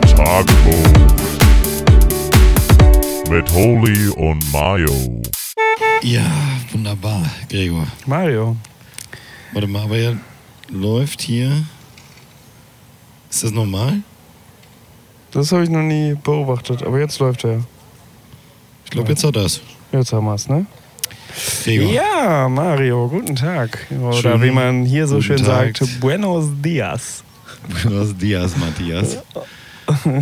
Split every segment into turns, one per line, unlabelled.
Tagebuch mit Holy und Mayo.
Ja, wunderbar, Gregor.
Mario.
Warte mal, aber ja, läuft hier. Ist das normal?
Das habe ich noch nie beobachtet, aber jetzt läuft er.
Ich glaube, jetzt hat das.
Jetzt haben wir es, ne?
Gregor.
Ja, Mario, guten Tag. Oder
Schönen
wie man hier so
guten
schön
Tag.
sagt, Buenos Dias.
Buenos Dias, Matthias.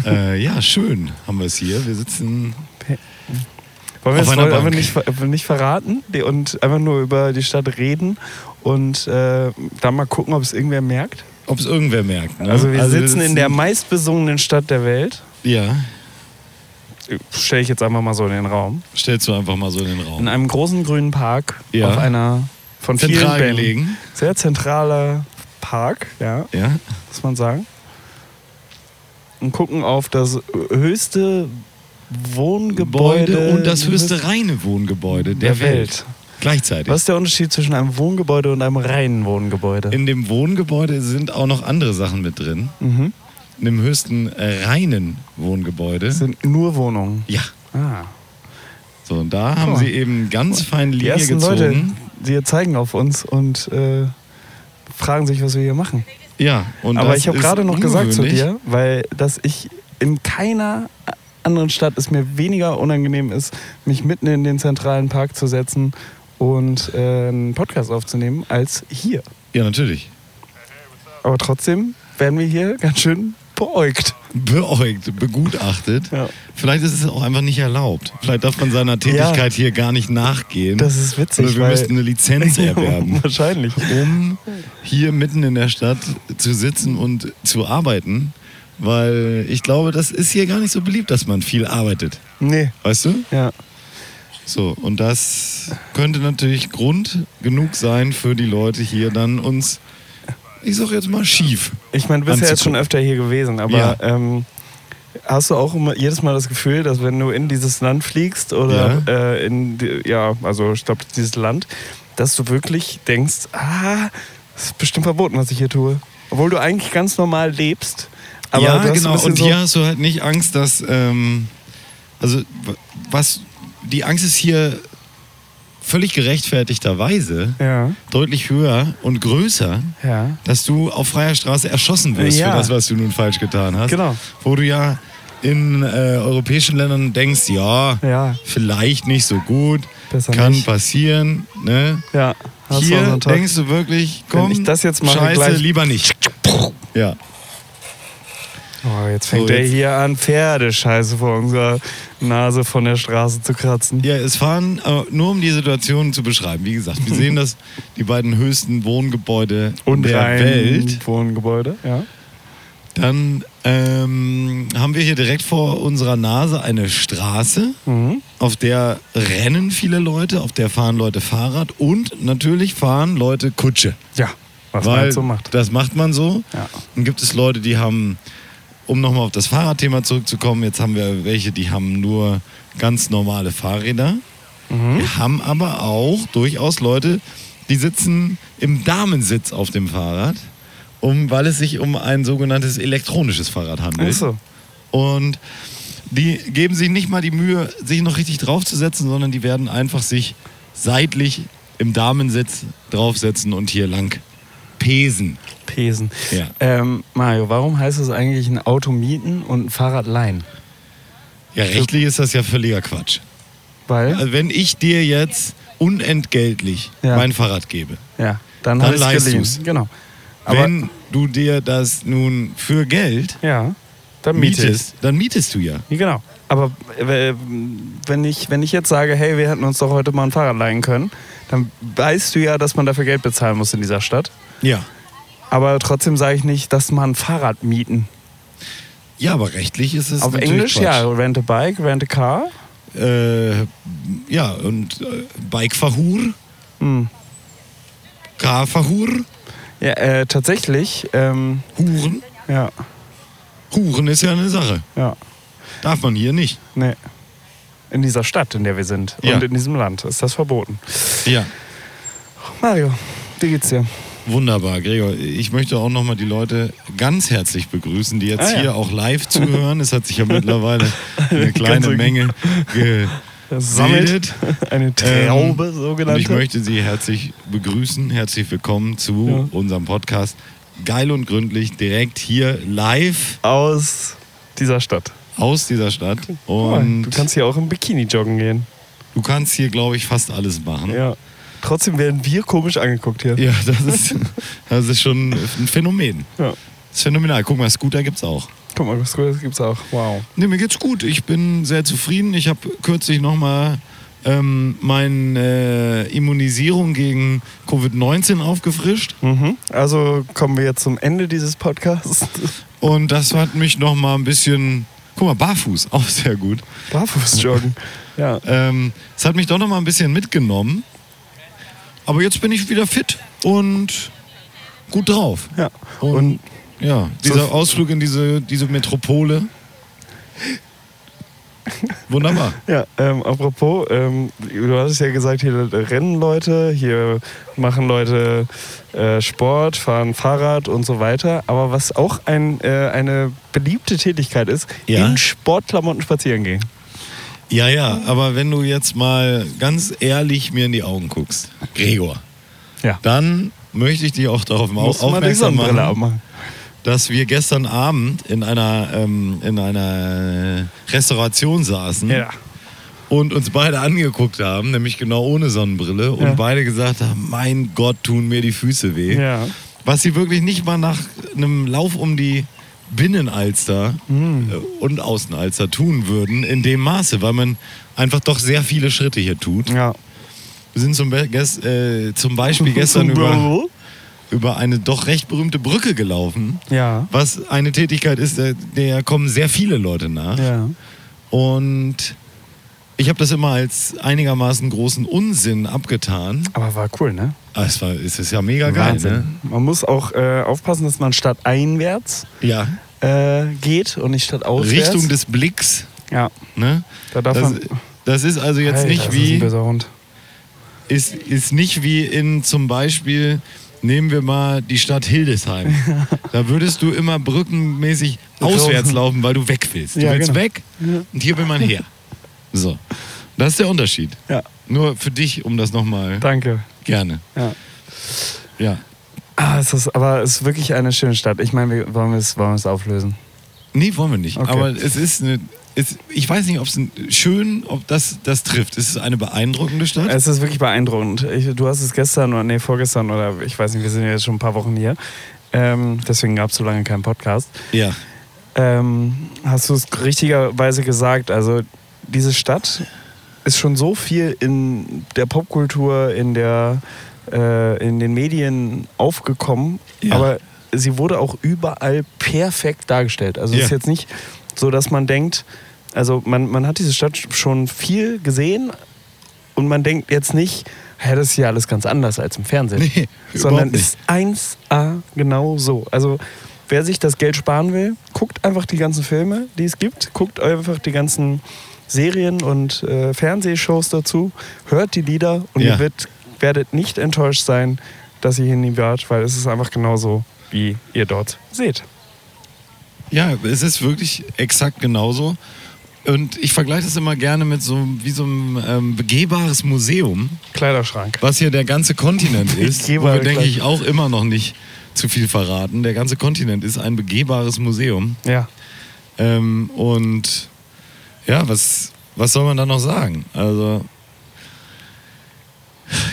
äh, ja, schön haben wir es hier. Wir sitzen.
Wollen wir
Auf
jetzt
einer
mal einfach
Bank.
nicht, ver- nicht verraten die- und einfach nur über die Stadt reden und äh, dann mal gucken, ob es irgendwer merkt?
Ob es irgendwer merkt. Ne?
Also, wir sitzen in der meistbesungenen Stadt der Welt.
Ja,
Stelle ich jetzt einfach mal so in den Raum.
stellst du einfach mal so in den
In
Raum.
einem großen grünen Park
Ja.
auf einer von vielen
Zentral
Bällen.
gelegen.
Sehr zentraler Park, ja.
Ja.
muss man sagen. Und gucken auf das höchste Wohngebäude
Gebäude und das höchste reine Wohngebäude der, Welt. Gleichzeitig.
Was ist der Unterschied zwischen einem Wohngebäude und einem reinen Wohngebäude?
In dem Wohngebäude sind auch noch andere Sachen mit drin.
Mhm.
In dem höchsten äh, reinen Wohngebäude.
Das sind nur Wohnungen.
Ja.
Ah.
So, und da haben
Guck mal.
sie eben ganz fein
Die
Linie
ersten
gezogen.
Leute, die zeigen auf uns und äh, fragen sich, was wir hier machen.
Ja, und
Aber
das
ich habe
ist
gerade noch gesagt zu
ungewöhnlich.
dir, weil dass ich in keiner anderen Stadt es mir weniger unangenehm ist, mich mitten in den zentralen Park zu setzen und äh, einen Podcast aufzunehmen, als hier.
Ja, natürlich.
Aber trotzdem werden wir hier ganz schön beäugt.
Beäugt, begutachtet.
Ja.
Vielleicht ist es auch einfach nicht erlaubt. Vielleicht darf man seiner Tätigkeit hier gar nicht nachgehen.
Das ist witzig,
Oder wir
weil-
müssten eine Lizenz erwerben,
Wahrscheinlich.
um hier mitten in der Stadt zu sitzen und zu arbeiten. Weil ich glaube, das ist hier gar nicht so beliebt, dass man viel arbeitet.
Nee.
Weißt du?
Ja.
So, und das könnte natürlich Grund genug sein für die Leute hier dann uns, ich sag jetzt mal, schief.
Ich meine, du bist ja jetzt schon
Anzugucken.
öfter hier gewesen, aber
Ja.
ähm, hast du auch immer, jedes Mal das Gefühl, dass wenn du in dieses Land fliegst oder äh, in, die- ja, also ich glaube, dieses Land, dass du wirklich denkst, ah, das ist bestimmt verboten, was ich hier tue. Obwohl du eigentlich ganz normal lebst. Aber
ja,
du hast
genau.
Ein bisschen
Und
so,
hier hast du halt nicht Angst, dass, ähm, also w- was, die Angst ist hier völlig gerechtfertigterweise
Ja,
deutlich höher und größer,
ja.
dass du auf freier Straße erschossen wirst
Ja.
für das, was du nun falsch getan hast.
Genau.
Wo du ja in äh, europäischen Ländern denkst, ja,
Ja.
vielleicht nicht so gut,
Besser
kann
nicht.
passieren. Ne?
Ja, hast du auch so
Hier
einen Tag.
denkst du wirklich, komm,
ich das jetzt mache,
scheiße,
gleich-
lieber nicht. Ja.
Oh, jetzt fängt
So,
der
jetzt-
hier an, Pferdescheiße vor unserer Nase von der Straße zu kratzen.
Ja, es fahren, äh, nur um die Situation zu beschreiben. Wie gesagt, wir sehen das, die beiden höchsten Wohngebäude
Und
der
rein
Welt.
Wohngebäude. Ja.
Dann ähm, haben wir hier direkt vor unserer Nase eine Straße,
Mhm.
auf der rennen viele Leute, auf der fahren Leute Fahrrad und natürlich fahren Leute Kutsche.
Ja, was
weil
man halt so macht.
Das macht man so.
Ja.
Dann gibt es Leute, die haben, um nochmal auf das Fahrradthema zurückzukommen, jetzt haben wir welche, die haben nur ganz normale Fahrräder.
Mhm.
Wir haben aber auch durchaus Leute, die sitzen im Damensitz auf dem Fahrrad, um, weil es sich um ein sogenanntes elektronisches Fahrrad handelt.
Ach so.
Und die geben sich nicht mal die Mühe, sich noch richtig draufzusetzen, sondern die werden einfach sich seitlich im Damensitz draufsetzen und hier lang pesen.
Pesen.
Ja.
Ähm, Mario, warum heißt es eigentlich ein Auto mieten und ein Fahrrad leihen?
Ja, rechtlich ist das ja völliger Quatsch.
Weil,
Also wenn ich dir jetzt unentgeltlich
Ja.
mein Fahrrad gebe,
ja, dann,
Dann
hab ich's
leihst
geliehen.
du's.
Genau. Aber,
wenn du dir das nun für Geld
ja, dann miete ich.
mietest, dann mietest du ja.
Ja, Genau. Aber äh, wenn, ich, wenn ich jetzt sage, hey, wir hätten uns doch heute mal ein Fahrrad leihen können, dann weißt du ja, dass man dafür Geld bezahlen muss in dieser Stadt.
Ja.
Aber trotzdem sage ich nicht, dass man ein Fahrrad mieten.
Ja, aber rechtlich ist es
Auf
natürlich
Englisch,
Quatsch.
ja, rent a bike, rent a car.
Äh, ja, und äh, Bike-Verhur,
Hm.
Car-Verhur,
Ja, äh, tatsächlich, ähm,
Huren.
ja,
Huren ist ja eine Sache.
ja.
Darf man hier nicht.
Nee. In dieser Stadt, in der wir sind
Ja.
und in diesem Land ist das verboten.
Ja.
Mario, wie geht's dir?
Wunderbar, Gregor. Ich möchte auch nochmal die Leute ganz herzlich begrüßen, die jetzt
Ah, ja.
hier auch live zuhören. Es hat sich ja mittlerweile eine
Ganz
kleine
so-
Menge ge
Sammelt
Bildet.
eine Traube, sogenannte.
Ähm, Und ich möchte Sie herzlich begrüßen. Herzlich willkommen zu
Ja.
unserem Podcast. Geil und gründlich, direkt hier live
aus dieser Stadt.
aus dieser Stadt.
Guck mal,
Und
du kannst hier auch im Bikini joggen gehen.
du kannst hier, glaube ich, fast alles machen.
Ja. Trotzdem werden wir komisch angeguckt hier.
Hm? Ja, das ist, das ist schon ein Phänomen.
Ja.
Das ist phänomenal. Guck mal, Scooter gibt's auch.
Guck mal, was Gutes gibt's auch. Wow.
Nee, mir geht's gut. Ich bin sehr zufrieden. Ich habe kürzlich nochmal ähm, meine äh, Immunisierung gegen Covid-19 aufgefrischt.
Mhm. Also kommen wir jetzt zum Ende dieses Podcasts.
Und das hat mich nochmal ein bisschen. Guck mal, barfuß, auch sehr gut.
Barfuß joggen. Ja.
Ähm, es hat mich doch nochmal ein bisschen mitgenommen. Aber jetzt bin ich wieder fit und gut drauf.
ja.
Und,
Und
ja, dieser Ausflug in diese, diese Metropole. Wunderbar.
Ja, ähm, apropos, ähm, du hattest ja gesagt, hier rennen Leute, hier machen Leute äh, Sport, fahren Fahrrad und so weiter. Aber was auch ein, äh, eine beliebte Tätigkeit ist,
Ja.
in Sportklamotten spazieren gehen.
Ja, ja, aber wenn du jetzt mal ganz ehrlich mir in die Augen guckst, Gregor,
Ja.
dann möchte ich dich auch darauf au-
Muss man die
aufmerksam machen,
Sonnenbrille abmachen.
dass wir gestern Abend in einer, ähm, in einer äh, Restauration saßen
Ja.
und uns beide angeguckt haben, nämlich genau ohne Sonnenbrille, und
Ja.
beide gesagt haben, mein Gott, tun mir die Füße weh.
Ja.
Was sie wirklich nicht mal nach einem Lauf um die Binnenalster
Mhm.
äh, und Außenalster tun würden, in dem Maße, weil man einfach doch sehr viele Schritte hier tut.
Ja.
Wir sind zum, Be ges- äh, zum Beispiel gestern über, über eine doch recht berühmte Brücke gelaufen,
Ja.
was eine Tätigkeit ist, der, der kommen sehr viele Leute nach.
Ja.
Und ich habe das immer als einigermaßen großen Unsinn abgetan.
Aber war cool, ne?
Ah, es, war, es ist ja mega geil, ne?
Man muss auch äh, aufpassen, dass man statt einwärts
Ja.
äh, geht und nicht statt auswärts.
Richtung des Blicks,
Ja.
ne?
Da darf
Das,
man.
das ist also jetzt
Alter,
nicht
ist das ein
wie
böser Hund.
ist, ist nicht wie in zum Beispiel, nehmen wir mal die Stadt Hildesheim. Da würdest du immer brückenmäßig auswärts laufen, weil du weg willst. Du
Ja,
willst
genau.
weg und hier will man her. So. Das ist der Unterschied.
Ja,
Nur für dich, um das nochmal.
danke.
Gerne.
Ja.
Ja.
Ah, es ist, aber es ist wirklich eine schöne Stadt. Ich meine, wir- wollen wir es wollen wir es auflösen?
Nee, wollen wir nicht.
Okay.
Aber es ist eine. Es, ich weiß nicht, ob es ein- schön, ob das das trifft. Es ist eine beeindruckende Stadt.
Es ist wirklich beeindruckend. Ich, du hast es gestern oder nee, vorgestern oder ich weiß nicht, wir sind ja jetzt schon ein paar Wochen hier. Ähm, deswegen gab es so lange keinen Podcast.
ja.
Ähm, hast du es richtigerweise gesagt? Also, diese Stadt ist schon so viel in der Popkultur, in, der, äh, in den Medien aufgekommen,
Ja.
aber sie wurde auch überall perfekt dargestellt. Also, es
Ja.
ist jetzt nicht so, dass man denkt, also, man, man hat diese Stadt schon viel gesehen und man denkt jetzt nicht, hä, das ist hier alles ganz anders als im Fernsehen
Nee,
sondern
überhaupt nicht.
ist 1A genau so. Also wer sich das Geld sparen will, guckt einfach die ganzen Filme, die es gibt, guckt einfach die ganzen Serien und äh, Fernsehshows dazu, hört die Lieder und
Ja.
ihr wird, werdet nicht enttäuscht sein, dass ihr hier nie wart, weil es ist einfach genau so, wie ihr dort seht.
Ja, es ist wirklich exakt genauso. Und ich vergleiche das immer gerne mit so wie so einem ähm, begehbares Museum,
Kleiderschrank.
was hier der ganze Kontinent ist, wo
Begehbar,
wir, denke
klar.
ich, auch immer noch nicht zu viel verraten. Der ganze Kontinent ist ein begehbares Museum.
Ja.
Ähm, und ja, was, was soll man da noch sagen? Also,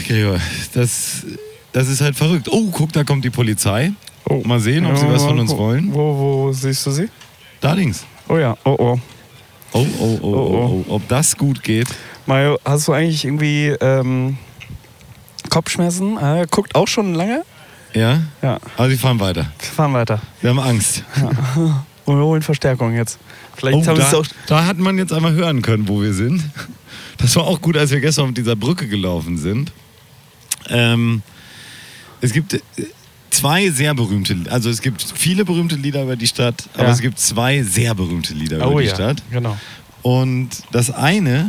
Gregor, das, das ist halt verrückt. Oh, guck, da kommt die Polizei.
Oh.
Mal sehen, ob sie was von uns wollen.
Wo, wo siehst du sie?
Da links.
Oh ja, oh oh.
Oh, oh, oh,
Oh,
oh, oh. Ob das gut geht?
Mario, hast du eigentlich irgendwie ähm, Kopfschmerzen? Äh, guckt auch schon lange?
Ja?
Ja,
Aber sie fahren weiter.
wir fahren weiter.
Wir haben Angst.
Und wir holen Verstärkung jetzt. Vielleicht
Oh,
haben sie es
da,
auch.
da hat man jetzt einmal hören können, wo wir sind. Das war auch gut, als wir gestern auf dieser Brücke gelaufen sind. Ähm, es gibt äh, zwei sehr berühmte, also es gibt viele berühmte Lieder über die Stadt, aber
Ja.
es gibt zwei sehr berühmte Lieder über die Stadt.
genau.
Und das eine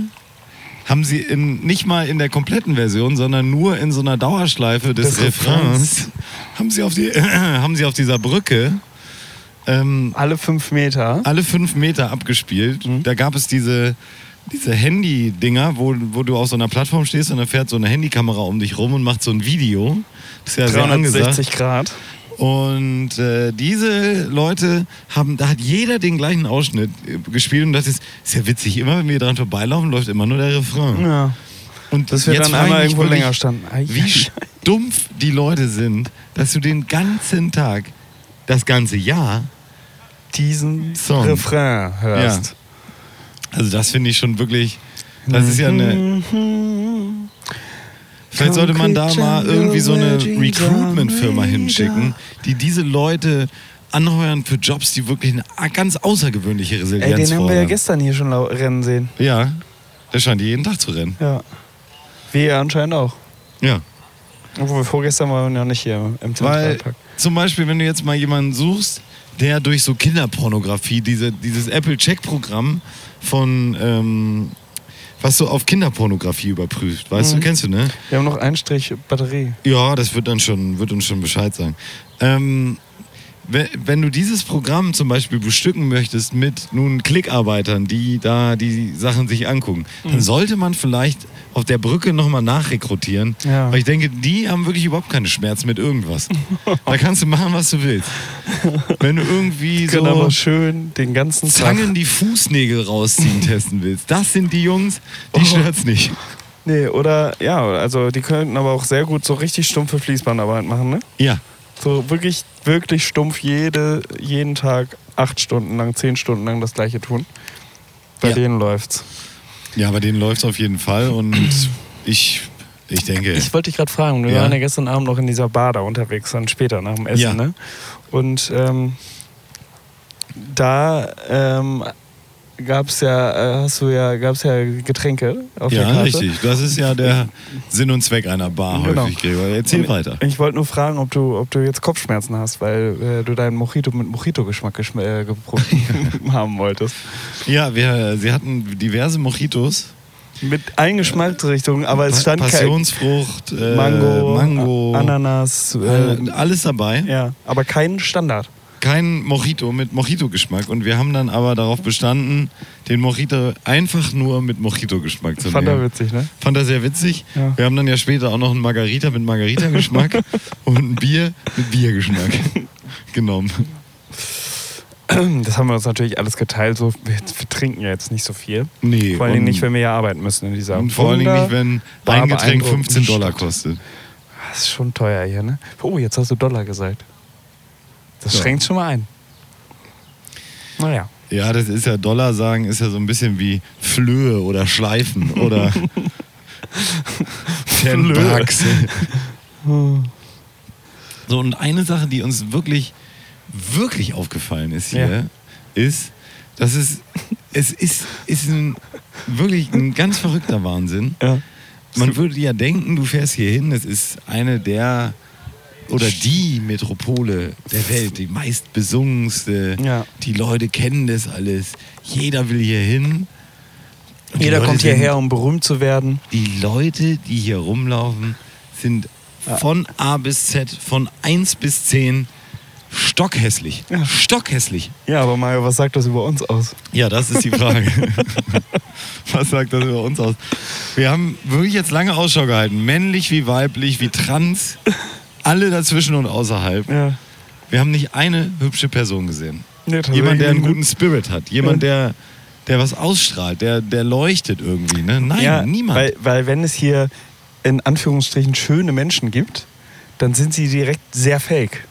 haben sie in, nicht mal in der kompletten Version, sondern nur in so einer Dauerschleife des,
Des Refrains.
Refrains, haben sie auf, die, haben sie auf dieser Brücke ähm,
Alle fünf Meter.
alle fünf Meter abgespielt.
Mhm.
Da gab es diese, diese Handy-Dinger, wo, wo du auf so einer Plattform stehst und da fährt so eine Handykamera um dich rum und macht so ein Video. Das ist ja sehr angesagt.
360 Grad.
Und äh, diese Leute haben, da hat jeder den gleichen Ausschnitt äh, gespielt und das ist, ist ja witzig. Immer wenn wir dran vorbeilaufen, läuft immer nur der Refrain.
Ja.
Und
Dass wir
jetzt
dann
frage
einmal
ich mich
irgendwo
wirklich,
länger standen. Ei,
Wie stumpf die Leute sind, dass du den ganzen Tag, das ganze Jahr,
diesen
Song.
Refrain hörst.
also das finde ich schon wirklich, das ist ja eine, vielleicht sollte man da mal irgendwie so eine Recruitment-Firma hinschicken, die diese Leute anheuern für Jobs, die wirklich eine ganz außergewöhnliche
Ey,
Resilienz
den haben wir ja
fordern.
gestern hier schon lau- rennen sehen.
Ja, der scheint jeden Tag zu rennen.
Ja. Wir anscheinend auch.
Ja.
Obwohl, vorgestern waren wir noch nicht hier im
Weil
Zentralpark.
zum Beispiel, wenn du jetzt mal jemanden suchst, der durch so Kinderpornografie, diese, dieses Apple-Check-Programm von, ähm, was so auf Kinderpornografie überprüft, weißt
Mhm.
du, kennst du, ne?
Wir haben noch einen Strich Batterie.
Ja, das wird, dann schon, wird uns schon Bescheid sagen. Ähm, we- wenn du dieses Programm zum Beispiel bestücken möchtest mit nun Klickarbeitern, die da die Sachen sich angucken,
Mhm.
dann sollte man vielleicht auf der Brücke nochmal nachrekrutieren.
Ja.
Weil ich denke, die haben wirklich überhaupt keine Schmerzen mit irgendwas. da kannst du machen, was du willst. Wenn du irgendwie
Die können aber
so
schön den ganzen Tag.
Zangen die Fußnägel rausziehen testen willst, das sind die Jungs,
Oh.
die stört's nicht.
Nee, oder ja, also die könnten aber auch sehr gut so richtig stumpfe Fließbandarbeit machen, ne?
Ja.
So wirklich, wirklich stumpf jede, jeden Tag acht Stunden lang, zehn Stunden lang das gleiche tun. Bei
Ja.
denen läuft's.
Ja, aber denen läuft's auf jeden Fall und ich, ich denke.
Ich wollte dich gerade fragen, wir
Ja.
waren ja gestern Abend noch in dieser Bar da unterwegs, dann später nach dem Essen,
Ja.
ne? Und ähm, da ähm, gab's ja, äh, hast du ja, gab's ja Getränke auf der
Ja,
Karte.
richtig. Das ist ja der Sinn und Zweck einer Bar
Genau.
häufig, Gregor. Erzähl weiter.
Ich wollte nur fragen, ob du, ob du jetzt Kopfschmerzen hast, weil äh, du deinen Mojito mit Mojito-Geschmack geschm- äh, geprobt haben wolltest.
Ja, wir, sie hatten diverse Mojitos.
Mit allen Geschmacksrichtungen, aber es stand kein
Passionsfrucht, äh,
Mango,
Mango
A- Ananas, äh,
äh, alles dabei.
ja, aber kein Standard.
Kein Mojito mit Mojito-Geschmack. Und wir haben dann aber darauf bestanden, den Mojito einfach nur mit Mojito-Geschmack zu
Fand er
nehmen.
witzig, ne?
Fand er sehr witzig.
Ja.
Wir haben dann ja später auch noch einen Margarita mit Margarita-Geschmack und ein Bier mit Biergeschmack genommen.
Hm, Das haben wir uns natürlich alles geteilt. So, wir, wir trinken ja jetzt nicht so viel.
Nee,
Vor allen Dingen
und-
nicht, wenn wir ja arbeiten müssen in dieser
Und vor allen Dingen nicht, wenn
war
ein Getränk
beeindruckend.
15 Dollar kostet.
Das ist schon teuer hier, ne? Oh, jetzt hast du Dollar gesagt. Das
Ja.
schränkt schon mal ein. Naja.
Ja, das ist ja Dollar sagen, ist ja so ein bisschen wie Flöhe oder Schleifen oder 10
Flöhe.
Bucks. so, und eine Sache, die uns wirklich, wirklich aufgefallen ist hier, ist, dass es, es ist, ist ein, wirklich ein ganz verrückter Wahnsinn.
Ja.
Man würde ja denken, du fährst hier hin, es ist eine der oder die Metropole der Welt, die meist besungenste.
Ja.
Die Leute kennen das alles. Jeder will hier hin. Und die
Jeder
Leute
kommt hierher,
Sind,
um berühmt zu werden.
die Leute, die hier rumlaufen, sind von A bis Z, von 1 bis 10 stockhässlich.
Ja.
Stockhässlich.
Ja, aber Mario, was sagt das über uns aus?
Ja, das ist die Frage. Was sagt das über uns aus? Wir haben wirklich jetzt lange Ausschau gehalten. Männlich wie weiblich, wie trans. Alle dazwischen und außerhalb.
Ja.
Wir haben nicht eine hübsche Person gesehen.
Nee, tatsächlich
Jemand, der einen
nicht.
guten Spirit hat. Jemand, der, der was ausstrahlt. Der, der leuchtet irgendwie. Ne? Nein,
ja,
niemand.
Weil, weil wenn es hier in Anführungsstrichen schöne Menschen gibt, dann sind sie direkt sehr fake.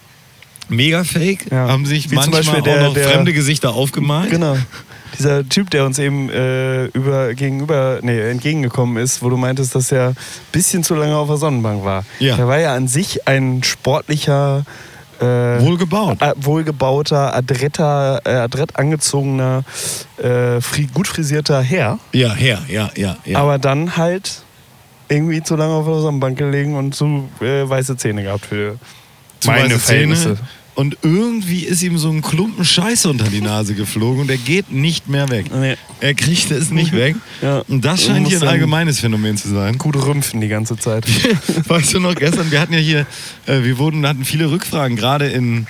Mega fake.
Ja.
Haben sich
Wie zum
manchmal
Beispiel der-
auch noch
der-
fremde Gesichter aufgemalt.
Genau. Dieser Typ, der uns eben äh, über, gegenüber, nee, entgegengekommen ist, wo du meintest, dass er ein bisschen zu lange auf der Sonnenbank war.
Ja.
Der war ja an sich ein sportlicher, äh,
Wohlgebaut.
a- wohlgebauter, adretter, äh, adrett angezogener, äh, fri gut frisierter Herr.
Ja, her, ja, ja, ja.
Aber dann halt irgendwie zu lange auf der Sonnenbank gelegen und zu äh, weiße Zähne gehabt für
Zu weiße Zähne, Und irgendwie ist ihm so ein Klumpen Scheiße unter die Nase geflogen und er geht nicht mehr weg.
Nee.
Er kriegt es nicht weg.
Ja.
Und das scheint
Muss
hier ein
dann-
allgemeines Phänomen zu sein.
Gut rümpfen die ganze Zeit.
Weißt du noch, gestern, wir hatten ja hier, äh, wir wurden, hatten viele Rückfragen, gerade in,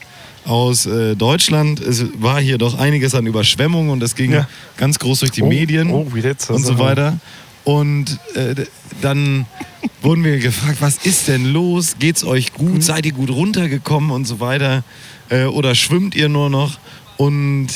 aus äh, Deutschland. Es war hier doch einiges an Überschwemmungen und das ging
Ja.
ganz groß durch die
Oh,
Medien
oh, wie jetzt,
und
also-
so weiter. Und äh, d- dann wurden wir gefragt, was ist denn los? Geht's euch gut? Seid ihr gut runtergekommen und so weiter? Äh, oder schwimmt ihr nur noch? Und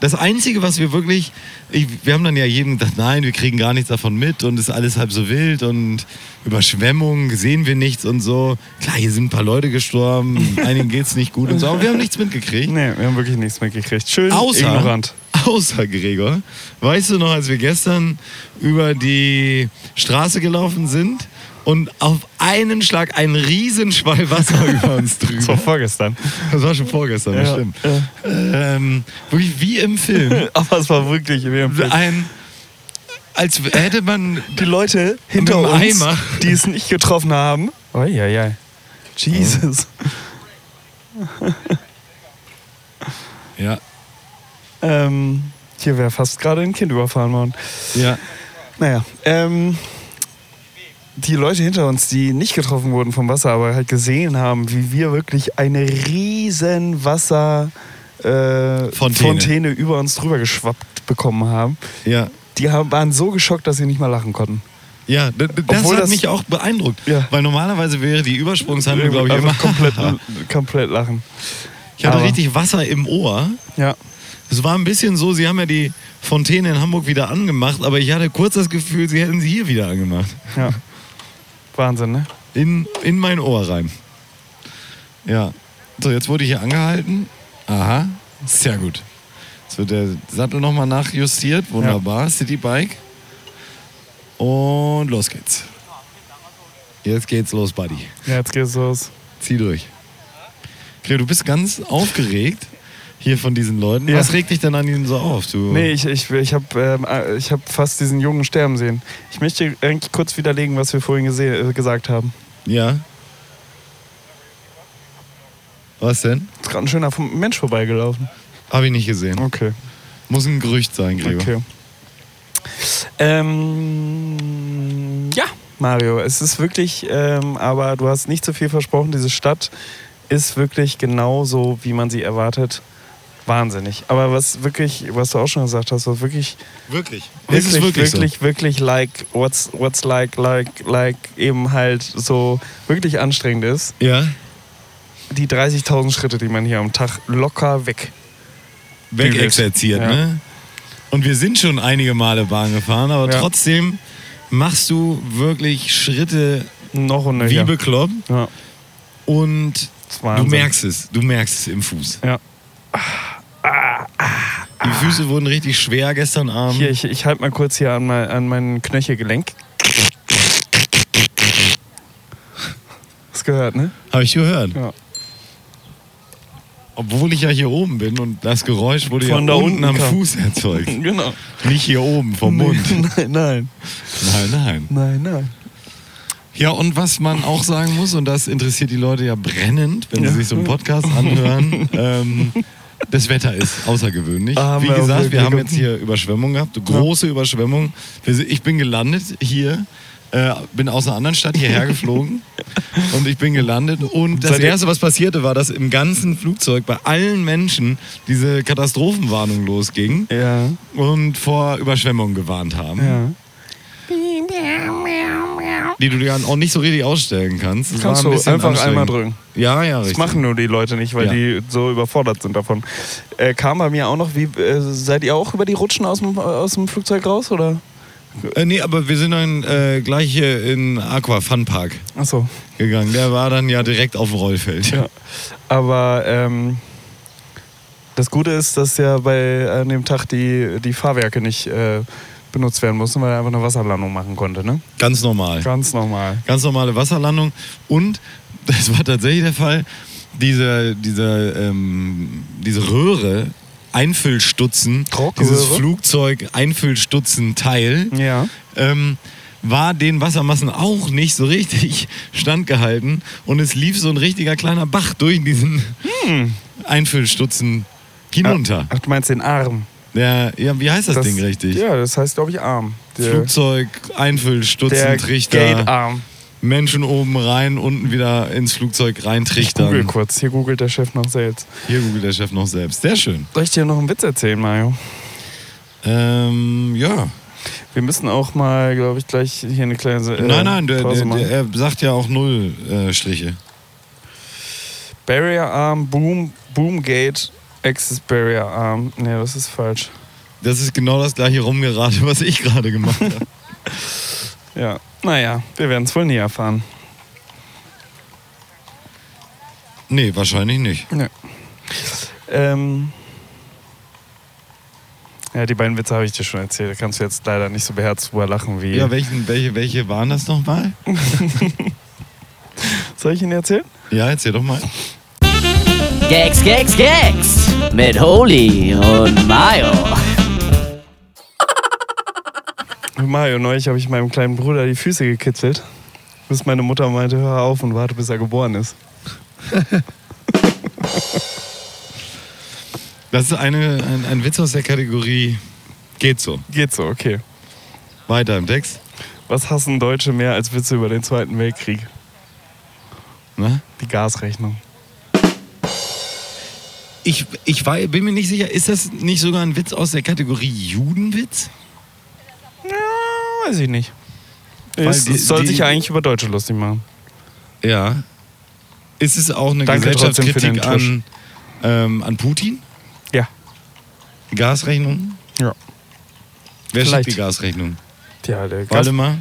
das Einzige, was wir wirklich, ich, wir haben dann ja jedem gedacht, nein, wir kriegen gar nichts davon mit und ist alles halb so wild und Überschwemmung, sehen wir nichts und so. Klar, hier sind ein paar Leute gestorben, einigen geht's nicht gut und so, aber wir haben nichts mitgekriegt.
Nee, wir haben wirklich nichts mehr gekriegt. Schön
Außer,
ignorant.
außer Gregor, weißt du noch, als wir gestern über die Straße gelaufen sind und auf einen Schlag ein Riesenschwall Wasser über uns
Das war
drüber.
vorgestern.
Das war schon vorgestern, das
Ja,
stimmt. Ähm, wirklich wie im Film.
Aber es war wirklich. Wir haben
Ein, als hätte man
die Leute
hinter
hinter uns,
uns,
die es nicht getroffen haben. Eieiei. Jesus.
Ja,
Ähm, hier wäre fast gerade ein Kind überfahren worden.
ja.
Naja, ähm, die Leute hinter uns, die nicht getroffen wurden vom Wasser, aber halt gesehen haben, wie wir wirklich eine riesen Wasser äh,
Fontäne.
Fontäne über uns drüber geschwappt bekommen haben,
Ja.
die haben, waren so geschockt, dass sie nicht mal lachen konnten.
Ja, d- d- das
Obwohl
hat
das-
mich auch beeindruckt.
Ja.
Weil normalerweise wäre die Übersprungshandlung, glaube ich, immer.
Einfach Also komplett, komplett lachen.
ich hatte
aber-
richtig Wasser im Ohr.
Ja.
Es war ein bisschen so, sie haben ja die Fontäne in Hamburg wieder angemacht, aber ich hatte kurz das Gefühl, sie hätten sie hier wieder angemacht.
Ja. Wahnsinn, ne?
In, in mein Ohr rein. Ja. So, jetzt wurde ich hier angehalten. Aha, sehr gut. Jetzt wird der Sattel nochmal nachjustiert. Wunderbar, Citybike. Und los geht's. Jetzt geht's los, Buddy.
Ja, jetzt geht's los.
Zieh durch. Gregor, du bist ganz aufgeregt hier von diesen Leuten.
Ja.
Was regt dich denn an ihnen so auf? Du
Nee, ich, ich, ich habe ähm, äh, ich hab fast diesen Jungen sterben sehen. Ich möchte eigentlich kurz widerlegen, was wir vorhin gese- äh, gesagt haben.
Ja. Was denn?
Ist gerade ein schöner vom- Mensch vorbeigelaufen.
Habe ich nicht gesehen.
Okay.
Muss ein Gerücht sein, Gregor.
okay. Ähm, ja, Mario, es ist wirklich, ähm, aber du hast nicht zu viel versprochen. Diese Stadt ist wirklich genauso, wie man sie erwartet. Wahnsinnig. Aber was wirklich, was du auch schon gesagt hast, was wirklich
Wirklich. Ist
wirklich,
es wirklich,
wirklich, wirklich like, what's, what's like, like, like, eben halt so wirklich anstrengend ist.
so? Ja.
Die 30.000 Schritte, die man hier am Tag locker weg.
Wegexerziert,
Ja.
ne? Und wir sind schon einige Male Bahn gefahren, aber
Ja.
trotzdem machst du wirklich Schritte
Noch und
wie
nöcher.
bekloppt
Ja,
und
das ist
du
Wahnsinn.
merkst es. Du merkst es im Fuß.
Ja.
Die Füße wurden richtig schwer gestern Abend.
Ah. Hier, ich, ich halte mal kurz hier an, mein, an mein Knöchelgelenk. Hast gehört, ne?
Habe ich gehört.
Ja.
Obwohl ich ja hier oben bin und das Geräusch wurde
Von
ja
da
unten
unten
am
kam.
Fuß erzeugt.
Genau.
Nicht hier oben vom Mund.
Nein, nein,
Nein, nein.
nein, nein.
Ja, und was man auch sagen muss, und das interessiert die Leute ja brennend, wenn
Ja.
sie sich so einen Podcast anhören, ähm, das Wetter ist außergewöhnlich.
Ah,
Wie
haben wir
gesagt,
auch
wir haben
wirklich-
jetzt hier Überschwemmung gehabt, eine große Überschwemmung. Wir sind- Ich bin gelandet hier, äh, bin aus einer anderen Stadt hierher geflogen und ich bin gelandet. Und das
Seid ihr-
Erste, was passierte, war, dass im ganzen Flugzeug bei allen Menschen diese Katastrophenwarnung losging
Ja,
und vor Überschwemmung gewarnt haben
ja.
die du dir auch nicht so richtig ausstellen kannst. Das
Kannst
war ein
du
bisschen
einfach
anstrengend.
einmal drücken.
Ja, ja,
Das
richtig.
machen nur die Leute nicht, weil
Ja.
die so überfordert sind davon. Äh, kam bei mir auch noch, wie äh, seid ihr auch über die Rutschen aus dem, aus dem Flugzeug raus oder?
Äh, nee, aber wir sind dann äh, gleich hier in Aqua Fun Park
Achso.
gegangen. Der war dann ja direkt auf dem Rollfeld.
Ja. Aber ähm, das Gute ist, dass ja bei an dem Tag die, die Fahrwerke nicht äh, benutzt werden mussten, weil er einfach eine Wasserlandung machen konnte, ne?
Ganz normal.
Ganz normal.
Ganz normale Wasserlandung. Und das war tatsächlich der Fall. Diese, diese, ähm, diese Röhre, Einfüllstutzen,
Trockenröhre?
dieses Flugzeug Einfüllstutzen-Teil,
Ja.
ähm, war den Wassermassen auch nicht so richtig standgehalten und es lief so ein richtiger kleiner Bach durch diesen
Hm.
Einfüllstutzen hinunter.
Ach, du meinst den Arm.
Der, ja, wie heißt das,
Das-
Ding richtig?
Ja, das heißt, glaube ich, Arm. Der,
Flugzeug,
der
Einfüllstutzen, Trichter,
Gatearm.
Menschen oben rein, unten wieder ins Flugzeug rein, Trichter.
Google kurz. Hier googelt der Chef noch selbst.
Hier googelt der Chef noch selbst. Sehr schön.
Soll ich dir noch einen Witz erzählen, Mario?
Ähm, ja.
Wir müssen auch mal, glaube ich, gleich hier eine kleine äh,
nein, nein, der,
Pause
der,
machen.
der, er sagt ja auch null äh, Striche.
Barrier Arm, Boom, Boom Gate, Access Barrier Arm. Nee, das ist falsch.
Das ist genau das gleiche rumgerade, was ich gerade gemacht habe.
Ja. Naja, wir werden es wohl nie erfahren.
nee, wahrscheinlich nicht.
Ähm. Ja, die beiden Witze habe ich dir schon erzählt. Da kannst du jetzt leider nicht so beherzt drüber lachen wie.
Ja, welchen, welche, welche waren das nochmal?
Soll ich ihn erzählen?
Ja, erzähl doch mal.
Gags, Gags, Gags mit Holy und Mayo.
Mario, neulich habe ich meinem kleinen Bruder die Füße gekitzelt, bis meine Mutter meinte, hör auf und warte, bis er geboren ist.
Das ist eine, ein, ein Witz aus der Kategorie geht so.
Geht so, okay.
Weiter im Text.
Was hassen Deutsche mehr als Witze über den Zweiten Weltkrieg?
Na?
Die Gasrechnung.
Ich, ich war, bin mir nicht sicher, ist das nicht sogar ein Witz aus der Kategorie Judenwitz?
Weiß ich nicht.
Weil
es
die-
es soll
die-
sich ja eigentlich über Deutsche lustig machen.
Ja. Ist es auch eine
Danke trotzdem für den
Gesellschaftskritik an, ähm, an Putin?
Ja.
Gasrechnung?
Ja.
Wer
Vielleicht.
schickt die Gasrechnung?
Ja, der Gas
Waldemar?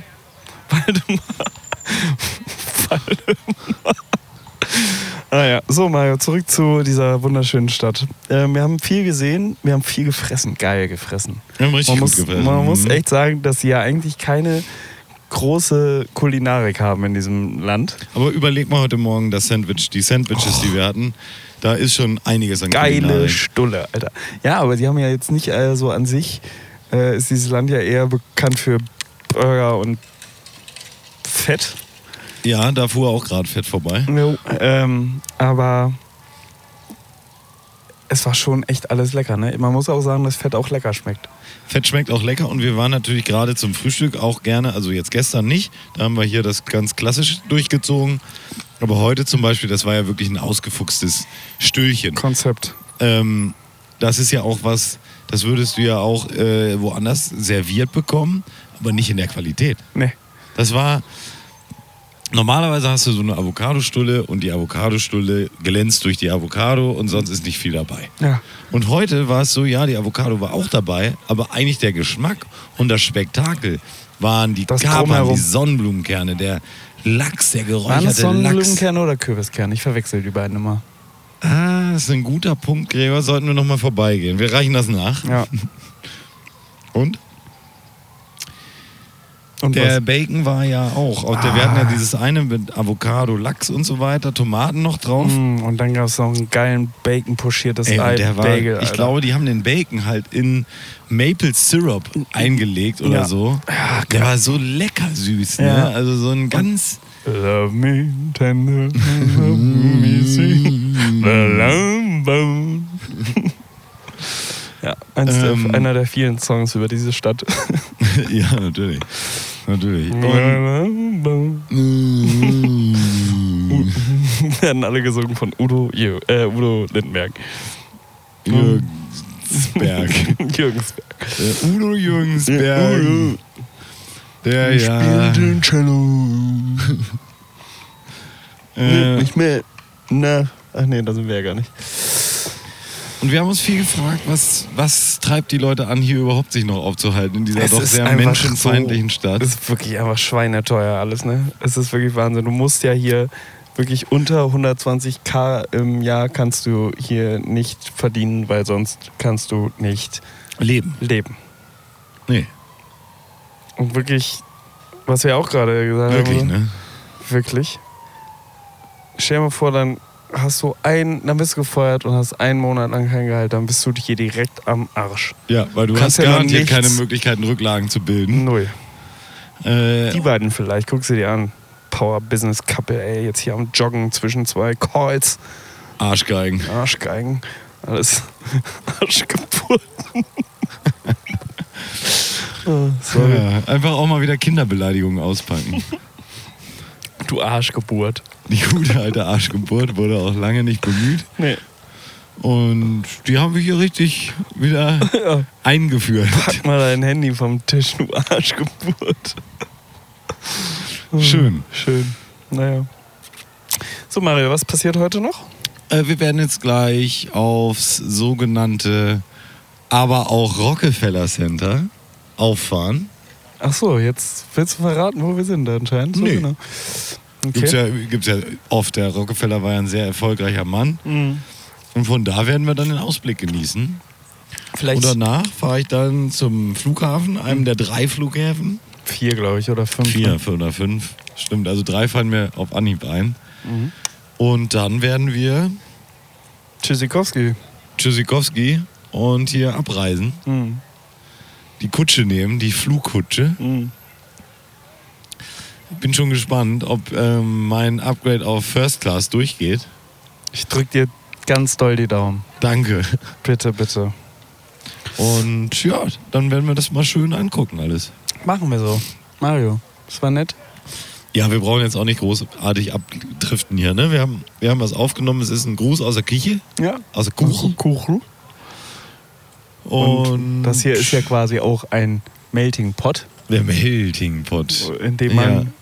Ah ja. So, Mario, zurück zu dieser wunderschönen Stadt. Äh, wir haben viel gesehen, wir haben viel gefressen. Geil gefressen.
Wir haben richtig
Man,
gut
muss,
gefressen.
man muss
Mhm.
echt sagen, dass sie ja eigentlich keine große Kulinarik haben in diesem Land.
Aber überleg mal heute Morgen das Sandwich, die Sandwiches, die wir hatten. Da ist schon einiges an
Geile
Kulinarik.
Stulle, Alter. Ja, aber die haben ja jetzt nicht äh, so an sich, äh, ist dieses Land ja eher bekannt für Burger und Fett.
Ja, da fuhr auch gerade Fett vorbei.
Ähm, aber es war schon echt alles lecker. Ne? Man muss auch sagen, dass Fett auch lecker schmeckt.
Fett schmeckt auch lecker und wir waren natürlich gerade zum Frühstück auch gerne, also jetzt gestern nicht, da haben wir hier das ganz klassisch durchgezogen. Aber heute zum Beispiel, das war ja wirklich ein ausgefuchstes Stühlchen.
Konzept.
ähm, das ist ja auch was, das würdest du ja auch äh, woanders serviert bekommen, aber nicht in der Qualität.
Nee.
Das war. Normalerweise hast du so eine Avocadostulle und die Avocadostulle glänzt durch die Avocado und sonst ist nicht viel dabei.
Ja.
Und heute war es so, ja, die Avocado war auch dabei, aber eigentlich der Geschmack und das Spektakel waren die
Das
Kapern,
Drumherum.
die Sonnenblumenkerne, der Lachs, der
Waren das
geräucherte Oh, Lachs.
Sonnenblumenkerne oder Kürbiskerne? Ich verwechsel die beiden immer.
Ah, das ist ein guter Punkt, Gregor. Sollten wir nochmal vorbeigehen. Wir reichen das nach.
Ja.
Und?
Und Ah.
Der Bacon war ja auch. auch der, wir hatten ja dieses eine mit Avocado, Lachs und so weiter, Tomaten noch drauf.
was? Mm, und dann gab es noch einen geilen Bacon-pochiertes
Ey,
Ei.
und der war,
Bagel,
ich
Alter.
glaube, die haben den Bacon halt in Maple Syrup eingelegt oder
Ja.
so. der war so lecker süß, ne?
Ja.
Also so ein ganz.
Love me tender, love me sweet, love me. Ja, eins
Ähm.
der, einer der vielen Songs über diese Stadt.
ja, natürlich. Natürlich. Und,
Werden alle gesungen von Udo, Jö- äh, Udo Lindenberg.
Jürgensberg.
Jürgensberg.
Äh, Udo Jürgensberg.
Udo.
Der
Ich
ja.
spiel den Cello.
Äh,
Nicht mehr. Na, ach nee, da sind wir ja gar nicht.
Und wir haben uns viel gefragt, was, was treibt die Leute an, hier überhaupt sich noch aufzuhalten in dieser
Es
doch
ist
sehr
einfach
menschenfeindlichen Stadt.
Das ist wirklich einfach schweineteuer alles, ne? Es ist wirklich Wahnsinn. Du musst ja hier wirklich unter 120k im Jahr kannst du hier nicht verdienen, weil sonst kannst du nicht
Leben.
leben.
Nee,
Und wirklich, was wir auch gerade gesagt
wirklich,
haben,
ne?
wirklich. Stell dir mal vor, dann hast du ein, dann bist du gefeuert und hast einen Monat lang kein Gehalt, dann bist du hier direkt am Arsch.
Ja, weil du hast
Kannst ja noch
garantiert
nichts. Mhm.
keine Möglichkeiten, Rücklagen zu bilden.
Null.
Äh,
Die beiden vielleicht, guck sie dir an. Power Business Couple, ey, jetzt hier am Joggen zwischen zwei Calls.
Arschgeigen.
Arschgeigen. Alles Arschgeburten. Oh, Sorry.
Ja, einfach auch mal wieder Kinderbeleidigungen auspacken.
Du Arschgeburt.
Die gute alte Arschgeburt wurde auch lange nicht bemüht.
Nee.
Und die haben wir hier richtig wieder
Ja.
eingeführt.
Pack mal dein Handy vom Tisch, du Arschgeburt. Mhm.
Schön.
Schön. Naja. So, Mario, was passiert heute noch?
Äh, wir werden jetzt gleich aufs sogenannte, aber auch Rockefeller Center auffahren.
Ach so, jetzt willst du verraten, wo wir sind anscheinend. So,
Nee.
Genau.
Gibt's,
Okay.
ja, gibt's ja oft. Der Rockefeller war ja ein sehr erfolgreicher Mann.
Mhm.
Und von da werden wir dann den Ausblick genießen.
Vielleicht
Und danach fahre ich dann zum Flughafen, einem der drei Flughäfen.
Mhm. vier, glaube ich, oder fünf. Mhm.
Vier, vier oder fünf. Stimmt, also drei fallen mir auf Anhieb ein. Und dann werden wir
Tschüssikowski.
Tschüssikowski und hier abreisen.
Mhm.
Die Kutsche nehmen, die Flugkutsche.
Mhm.
Bin schon gespannt, ob ähm, mein Upgrade auf First Class durchgeht.
Ich drück dir ganz doll die Daumen.
Danke.
Bitte, bitte.
Und ja, dann werden wir das mal schön angucken alles.
Machen wir so. Mario, das war nett.
Ja, wir brauchen jetzt auch nicht großartig abdriften hier. Ne? Wir, haben, wir haben was aufgenommen. Es ist ein Gruß aus der Küche,
Ja.
aus der Kuchen.
Kuchen.
Und,
das hier ist ja quasi auch ein Melting Pot,
der Melting Pot.
in dem man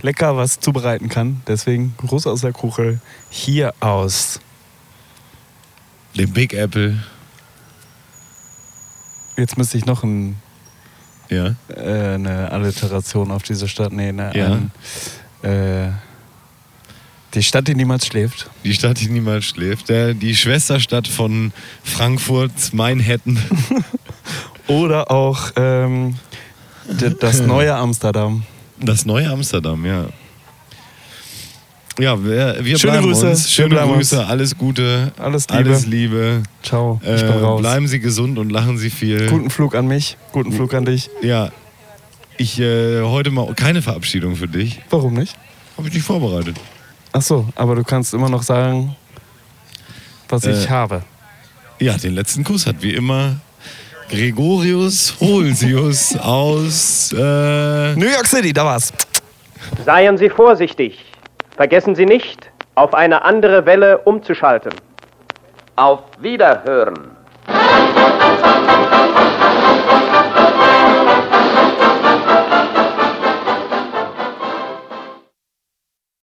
lecker was zubereiten kann. Deswegen groß aus der Kuchel hier aus.
Den Big Apple.
Jetzt müsste ich noch ein,
Ja.
äh, eine Alliteration auf diese Stadt nehmen.
Ja.
äh, die Stadt, die niemals schläft.
Die Stadt, die niemals schläft. Der, die Schwesterstadt von Frankfurts Manhattan.
Oder auch ähm, d- das neue Amsterdam.
Das neue Amsterdam, ja. Ja, wir, wir
Schöne
bleiben
Grüße.
uns.
Wir
Schöne
bleiben
Grüße,
uns.
alles Gute.
Alles Liebe.
Alles Liebe.
Ciao, ich
Äh,
bin raus.
bleiben Sie gesund und lachen Sie viel.
Guten Flug an mich, guten Flug an dich.
Ja. Ich äh, heute mal keine Verabschiedung für dich.
Warum nicht?
Habe ich nicht vorbereitet.
Ach so, aber du kannst immer noch sagen, was
Äh,
ich habe.
Ja, den letzten Kuss hat wie immer Gregorius Holsius aus. Äh,
New York City, da war's.
Seien Sie vorsichtig. Vergessen Sie nicht, auf eine andere Welle umzuschalten.
Auf Wiederhören.